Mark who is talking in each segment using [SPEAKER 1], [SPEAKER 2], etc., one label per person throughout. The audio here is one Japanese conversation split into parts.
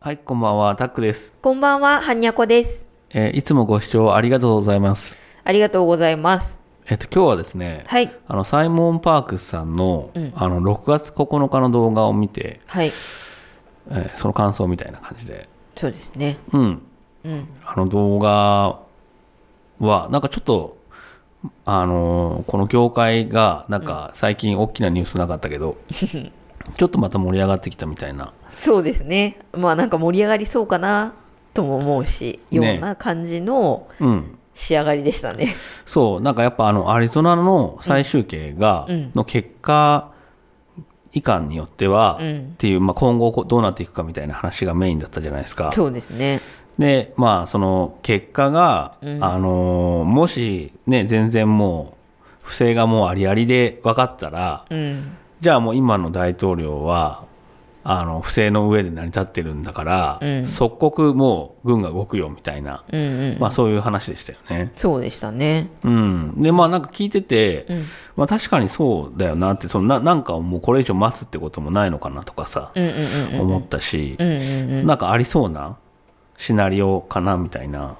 [SPEAKER 1] はい、こんばんは、タックです。
[SPEAKER 2] こんばんは、はんにゃこです。
[SPEAKER 1] えーいつもご視聴ありがとうございます。
[SPEAKER 2] ありがとうございます。
[SPEAKER 1] えっと、今日はですね、
[SPEAKER 2] はい。
[SPEAKER 1] あの、サイモン・パークスさんの、あの、6月9日の動画を見て、
[SPEAKER 2] はい。
[SPEAKER 1] えーその感想みたいな感じで、
[SPEAKER 2] そうですね。
[SPEAKER 1] うん、
[SPEAKER 2] うん。
[SPEAKER 1] あの動画は、なんかちょっと、あのーこの業界が、なんか最近大きなニュースなかったけど、ちょっとまた盛り上がってきたみたいな、
[SPEAKER 2] そうですね。まあなんか盛り上がりそうかなとも思うし、よ
[SPEAKER 1] ね
[SPEAKER 2] うな感じの
[SPEAKER 1] うん、
[SPEAKER 2] 仕上がりでしたね。
[SPEAKER 1] そう、なんかやっぱあの、アリゾナの最終形が、
[SPEAKER 2] うんうん
[SPEAKER 1] の結果以下によっては、
[SPEAKER 2] うん
[SPEAKER 1] っていう、まあ、今後こうどうなっていくかみたいな話がメインだったじゃないですか。
[SPEAKER 2] そうですね。
[SPEAKER 1] で、まあ、その結果が、あのーもしね、全然もう、不正がもうありありで分かったら、
[SPEAKER 2] うん。
[SPEAKER 1] じゃあもう今の大統領は、あの、不正の上で成り立ってるんだから、
[SPEAKER 2] うん
[SPEAKER 1] 即刻もう軍が動くよみたいな、
[SPEAKER 2] うんうん。
[SPEAKER 1] まあそういう話でしたよね。
[SPEAKER 2] そうでしたね。
[SPEAKER 1] うん、でまあなんか聞いてて、
[SPEAKER 2] うん
[SPEAKER 1] まあ、確かにそうだよなってそのななんかもうこれ以上待つってこともないのかなとかさ、
[SPEAKER 2] うんうんうんうん。
[SPEAKER 1] 思ったし
[SPEAKER 2] う、んうんうん。
[SPEAKER 1] なんかありそうなシナリオかなみたいな、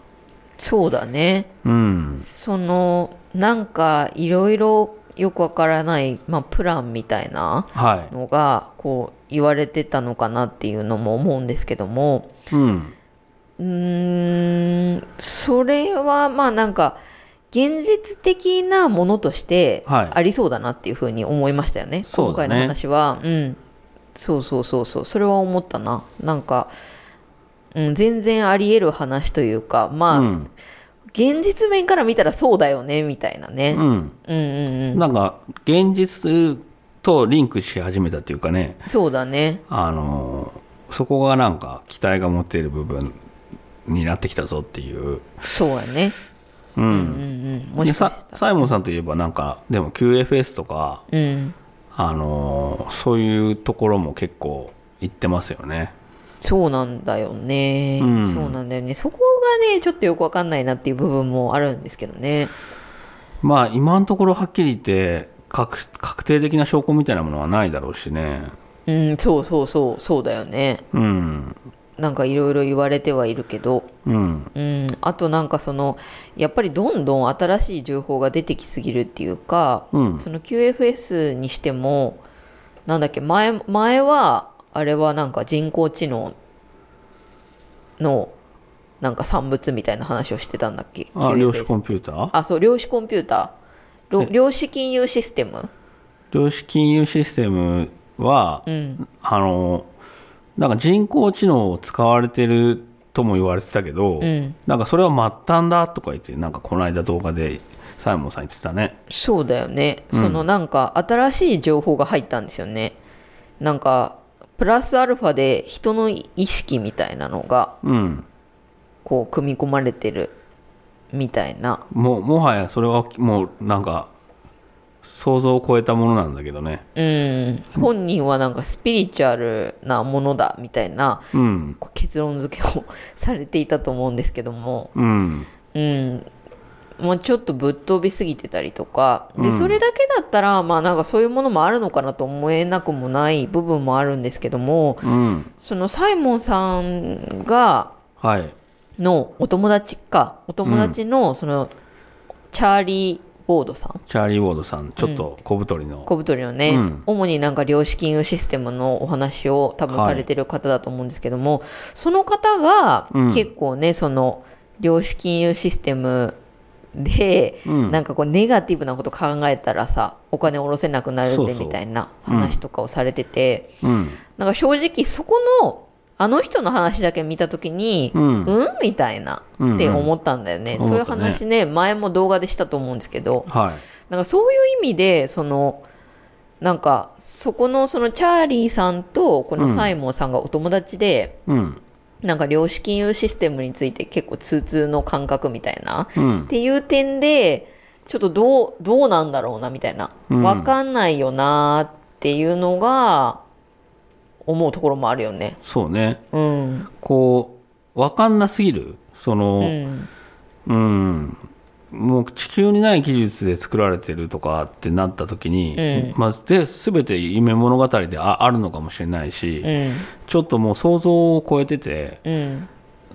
[SPEAKER 2] そうだね。
[SPEAKER 1] うん、
[SPEAKER 2] その、なんかいろいろよくわからない、まあプランみたいな
[SPEAKER 1] は
[SPEAKER 2] のが、こう言われてたのかなっていうのも思うんですけども、
[SPEAKER 1] い、うん、
[SPEAKER 2] うーんそれはまあなんか現実的なものとして
[SPEAKER 1] はい
[SPEAKER 2] ありそうだなっていうふうに思いましたよね、
[SPEAKER 1] そうだ
[SPEAKER 2] 今
[SPEAKER 1] ね
[SPEAKER 2] 回の話は、うん、そうそうそうそうそれは思ったななんか、うん、全然あり得る話というかまあ、
[SPEAKER 1] うん、
[SPEAKER 2] 現実面から見たらそうだよねみたいなね、
[SPEAKER 1] うん、
[SPEAKER 2] うん、うんうん
[SPEAKER 1] なんか現実とリンクし始めたっていうかね、
[SPEAKER 2] そうだね
[SPEAKER 1] あのーそこがなんか期待が持っている部分になってきたぞっていう、
[SPEAKER 2] そうやね
[SPEAKER 1] うん、
[SPEAKER 2] うんうんもし
[SPEAKER 1] で
[SPEAKER 2] か
[SPEAKER 1] さサイモンさんといえばなんかでも QFS とか
[SPEAKER 2] うん
[SPEAKER 1] あのーそういうところも結構行ってますよね。
[SPEAKER 2] そうなんだよね、
[SPEAKER 1] うん
[SPEAKER 2] そうなんだよねそこがねちょっとよくわかんないなっていう部分もあるんですけどね
[SPEAKER 1] まあ今のところはっきり言って確確定的な証拠みたいなものはないだろうしね。
[SPEAKER 2] うんそうそうそうそうだよね
[SPEAKER 1] うん。
[SPEAKER 2] なんかいろいろ言われてはいるけど
[SPEAKER 1] うん。
[SPEAKER 2] うんあとなんかそのやっぱりどんどん新しい情報が出てきすぎるっていうか、
[SPEAKER 1] うん。
[SPEAKER 2] その QFS にしてもなんだっけ前前はあれはなんか人工知能のなんか産物みたいな話をしてたんだっけ
[SPEAKER 1] あ、量子
[SPEAKER 2] QFS
[SPEAKER 1] コンピューター
[SPEAKER 2] あ、そう、量子コンピューター。ろ
[SPEAKER 1] え
[SPEAKER 2] 量子金融システム。
[SPEAKER 1] 量子金融システムは、
[SPEAKER 2] うん。
[SPEAKER 1] あのーなんか人工知能を使われてるとも言われてたけど、
[SPEAKER 2] うん。
[SPEAKER 1] なんかそれは末端だとか言って、なんかこの間動画でサイモンさん言ってたね。
[SPEAKER 2] そうだよね。
[SPEAKER 1] うん
[SPEAKER 2] そのなんか、新しい情報が入ったんですよね。なんか、プラスアルファで人の意識みたいなのが、
[SPEAKER 1] うん。
[SPEAKER 2] こう、組み込まれてるみたいな。
[SPEAKER 1] もうもはやそれはもうなんか想像を超えたものなんだけどね
[SPEAKER 2] うん。本人はなんか、スピリチュアルなものだみたいな、
[SPEAKER 1] うん
[SPEAKER 2] こう結論付けを されていたと思うんですけども。
[SPEAKER 1] うん
[SPEAKER 2] うん、もうちょっとぶっ飛びすぎてたりとか
[SPEAKER 1] う
[SPEAKER 2] で、
[SPEAKER 1] ん
[SPEAKER 2] それだけだったらまあなんかそういうものもあるのかなと思えなくもない部分もあるんですけども
[SPEAKER 1] うん
[SPEAKER 2] そのサイモンさんが
[SPEAKER 1] はい
[SPEAKER 2] のお友達かお友達のその、チャーリー・ボードさん
[SPEAKER 1] チャーリー・ウォードさんちょっと小太りの、
[SPEAKER 2] 小太りのね、
[SPEAKER 1] うん
[SPEAKER 2] 主になんか量子金融システムのお話を多分
[SPEAKER 1] はい
[SPEAKER 2] されてる方だと思うんですけども、その方が
[SPEAKER 1] うん
[SPEAKER 2] 結構ね、その量子金融システムで、
[SPEAKER 1] うん
[SPEAKER 2] なんかこうネガティブなこと考えたらさお金下ろせなくなる
[SPEAKER 1] そう
[SPEAKER 2] ぜ
[SPEAKER 1] そう
[SPEAKER 2] みたいな話とかをされてて、
[SPEAKER 1] うん
[SPEAKER 2] なんか正直そこのあの人の話だけ見た時に、
[SPEAKER 1] うん
[SPEAKER 2] うんみたいな
[SPEAKER 1] うん
[SPEAKER 2] って思ったんだよね、
[SPEAKER 1] 思ったね
[SPEAKER 2] そういう話ね前も動画でしたと思うんですけど
[SPEAKER 1] はい
[SPEAKER 2] なんかそういう意味でそのなんかそこのそのチャーリーさんとこのサイモンさんがお友達で、
[SPEAKER 1] うん
[SPEAKER 2] なんか量子金融システムについて結構通通の感覚みたいな
[SPEAKER 1] う
[SPEAKER 2] っ
[SPEAKER 1] ん
[SPEAKER 2] ていう点でちょっとどうどうなんだろうなみたいな
[SPEAKER 1] うん
[SPEAKER 2] わかんないよなっていうのが思うところもあるよね。
[SPEAKER 1] そうね
[SPEAKER 2] うん
[SPEAKER 1] こうわかんなすぎるその
[SPEAKER 2] うん
[SPEAKER 1] うん、もう地球にない技術で作られてるとかってなった時に、
[SPEAKER 2] うん
[SPEAKER 1] まあ、で全て夢物語でああるのかもしれないし、
[SPEAKER 2] うん
[SPEAKER 1] ちょっともう想像を超えてて
[SPEAKER 2] うん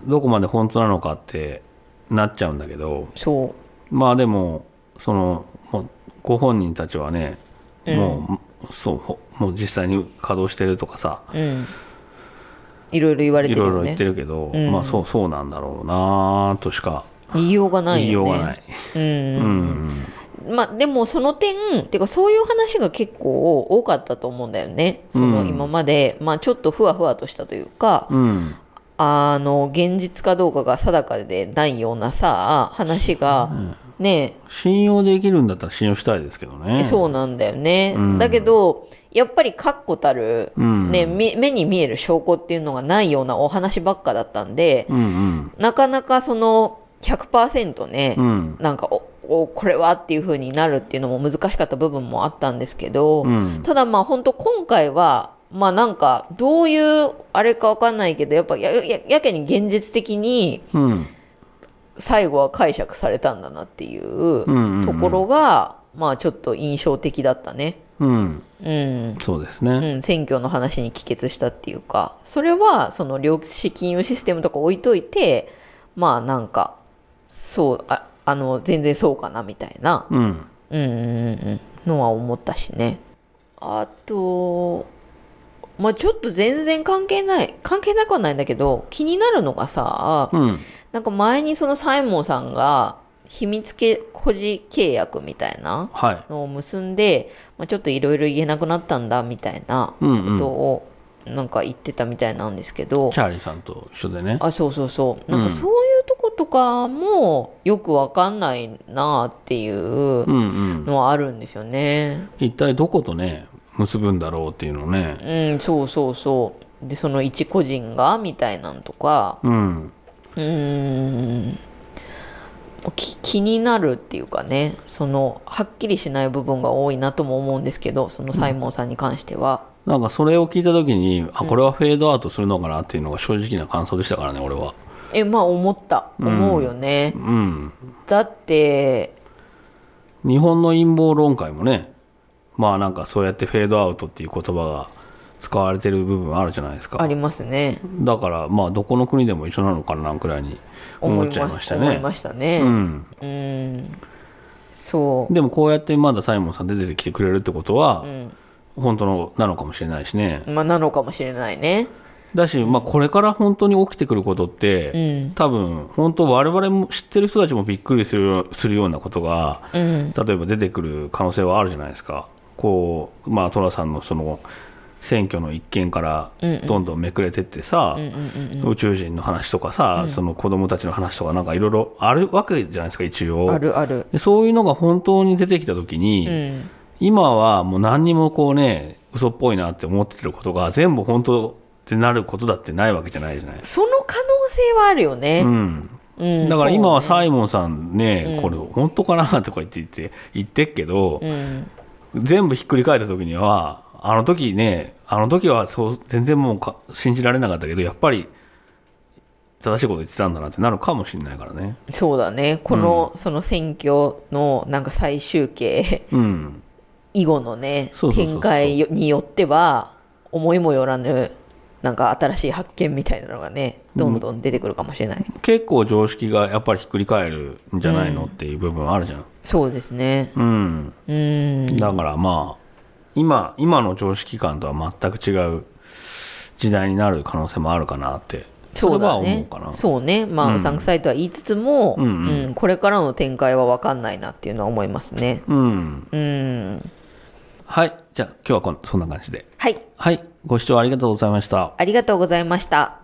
[SPEAKER 1] どこまで本当なのかってなっちゃうんだけど
[SPEAKER 2] そ
[SPEAKER 1] まあでもそのもうご本人たちはね、
[SPEAKER 2] うん
[SPEAKER 1] もうそうほもう実際に稼働してるとかさ
[SPEAKER 2] ううんいろいろ言われ
[SPEAKER 1] い
[SPEAKER 2] てる
[SPEAKER 1] ろいろ
[SPEAKER 2] よ
[SPEAKER 1] 言っ
[SPEAKER 2] ね
[SPEAKER 1] てるけど、
[SPEAKER 2] うん
[SPEAKER 1] まあそうそうなんだろうなとしか
[SPEAKER 2] 言いようがないよね
[SPEAKER 1] 言いようがない。
[SPEAKER 2] うん
[SPEAKER 1] うん
[SPEAKER 2] まあでもその点てかそういう話が結構多かったと思うんだよねその
[SPEAKER 1] うん
[SPEAKER 2] 今まで、まあちょっとふわふわとしたというか、
[SPEAKER 1] うん
[SPEAKER 2] あの現実かどうかが定かでないようなさ話が、ね
[SPEAKER 1] 信用できるんだったら信用したいですけど
[SPEAKER 2] え
[SPEAKER 1] ね。
[SPEAKER 2] そうなんだよね、
[SPEAKER 1] うん
[SPEAKER 2] だけどやっぱり確固たる、
[SPEAKER 1] うん
[SPEAKER 2] ねみ目に見える証拠っていうのがないようなお話ばっかだったんで、
[SPEAKER 1] うん
[SPEAKER 2] なかなかその100%ね、
[SPEAKER 1] うん。うん。
[SPEAKER 2] なんかおおこれはっていう風になるっていうのも難しかった部分もあったんですけど、
[SPEAKER 1] うん。
[SPEAKER 2] ただまあ本当今回はまあなんかどういうあれかわかんないけどやっぱやややけに現実的に
[SPEAKER 1] うん。
[SPEAKER 2] 最後は解釈されたんだなってい
[SPEAKER 1] うん
[SPEAKER 2] う
[SPEAKER 1] うんうん
[SPEAKER 2] ところが、まあちょっと印象的だったね。
[SPEAKER 1] うん。
[SPEAKER 2] うん
[SPEAKER 1] そうです
[SPEAKER 2] う
[SPEAKER 1] ね。
[SPEAKER 2] ん、選挙の話に帰結したっていうかそれはその量子金融システムとか置いといてまあなんかそうああの全然そうかなみたいな
[SPEAKER 1] うん。
[SPEAKER 2] うんうんうんうんのは思ったしねあとまあちょっと全然関係ない関係なくはないんだけど気になるのがさ
[SPEAKER 1] うん。
[SPEAKER 2] なんか前にそのサイモンさんが秘密け保持契約みたいな
[SPEAKER 1] はい。
[SPEAKER 2] のを結んで、まあ、ちょっといろいろ言えなくなったんだみたいな
[SPEAKER 1] うん
[SPEAKER 2] こ
[SPEAKER 1] う
[SPEAKER 2] と
[SPEAKER 1] ん。
[SPEAKER 2] をなんか言ってたみたいなんですけど、
[SPEAKER 1] チャーリーさんと一緒でね。
[SPEAKER 2] あそうそうそうなん
[SPEAKER 1] う
[SPEAKER 2] か
[SPEAKER 1] ん
[SPEAKER 2] そういうとことかもよくわかんないなっていう
[SPEAKER 1] うんうん。
[SPEAKER 2] のはあるんですよね。
[SPEAKER 1] 一体どことね、結ぶんだろうっていうのをね。
[SPEAKER 2] うん、そうそうそう。で、その一個人がみたいなんとか、
[SPEAKER 1] うん。
[SPEAKER 2] うーん、き気になるっていうかね、その、はっきりしない部分が多いなとも思うんですけど、そのサイモンさんに関しては。
[SPEAKER 1] なんかそれを聞いたときに、あ、これはフェードアウトするのかなっていうのが正直な感想でしたからね、俺は。
[SPEAKER 2] え、まあ思った。思うよね。
[SPEAKER 1] うん。
[SPEAKER 2] だって、
[SPEAKER 1] 日本の陰謀論界もね、まあなんかそうやってフェードアウトっていう言葉が使われてる部分あるじゃないですか。
[SPEAKER 2] ありますね。
[SPEAKER 1] だから、まあ、どこの国でも一緒なのかなくらいに思っちゃいました
[SPEAKER 2] 思い
[SPEAKER 1] ね。
[SPEAKER 2] ましたね。
[SPEAKER 1] うん、
[SPEAKER 2] うん。そう。
[SPEAKER 1] でも、こうやってまだサイモンさん出てきてくれるってことは、
[SPEAKER 2] ん
[SPEAKER 1] 本当のなのかもしれないしね。
[SPEAKER 2] まあ、なのかもしれないね。
[SPEAKER 1] だし、まあ、これから本当に起きてくることって、
[SPEAKER 2] うん。
[SPEAKER 1] 多分、本当我々も知ってる人たちもびっくりするするようなことが、
[SPEAKER 2] うん。
[SPEAKER 1] 例えば出てくる可能性はあるじゃないですか。こう、まあ、トラさんのその、選挙の一件から
[SPEAKER 2] うんうん
[SPEAKER 1] どんどんめくれてってさ、
[SPEAKER 2] うんうんうん
[SPEAKER 1] 宇宙人の話とかさ、その子供たちの話とかなんかいろいろあるわけじゃないですか一
[SPEAKER 2] うん。あ
[SPEAKER 1] 応
[SPEAKER 2] るある。
[SPEAKER 1] でそういうのが本当に出てきた時に、
[SPEAKER 2] うん。
[SPEAKER 1] 今はもう何にもこうね嘘っぽいなって思ってることが全部本当ってなることだってないわけじゃないじゃない、
[SPEAKER 2] その可能性はあるよね
[SPEAKER 1] う。ん、
[SPEAKER 2] うん、
[SPEAKER 1] だから今はサ
[SPEAKER 2] イ
[SPEAKER 1] イモンさんね、これ本当かなとか言って言って言ってっけど、
[SPEAKER 2] うん、
[SPEAKER 1] 全部ひっくり返った時にはあの時ねあの時はそう全然もうか信じられなかったけどやっぱり正しいこと言ってたんだなってなるかもしれないからね
[SPEAKER 2] そうだねこの、その選挙のなんか最終形
[SPEAKER 1] うん
[SPEAKER 2] 以後のね
[SPEAKER 1] そうそうそうそう
[SPEAKER 2] 展開よによっては思いもよらぬなんか新しい発見みたいなのがねどんどん出てくるかもしれない、
[SPEAKER 1] 結構常識がやっぱりひっくり返るんじゃないのっていう部分あるじゃん
[SPEAKER 2] そうですね
[SPEAKER 1] うん、
[SPEAKER 2] うん
[SPEAKER 1] だからまあ今今の常識観とは全く違う時代になる可能性もあるかなって
[SPEAKER 2] そうだ
[SPEAKER 1] れは思う
[SPEAKER 2] ね
[SPEAKER 1] かな
[SPEAKER 2] そうねまあうさんくさいとは言いつつも、
[SPEAKER 1] うんうん
[SPEAKER 2] うんこれからの展開は分かんないなっていうのは思いますね
[SPEAKER 1] うん
[SPEAKER 2] うん
[SPEAKER 1] はいじゃあ今日はこんそんな感じで
[SPEAKER 2] はい
[SPEAKER 1] はいご視聴ありがとうございました
[SPEAKER 2] ありがとうございました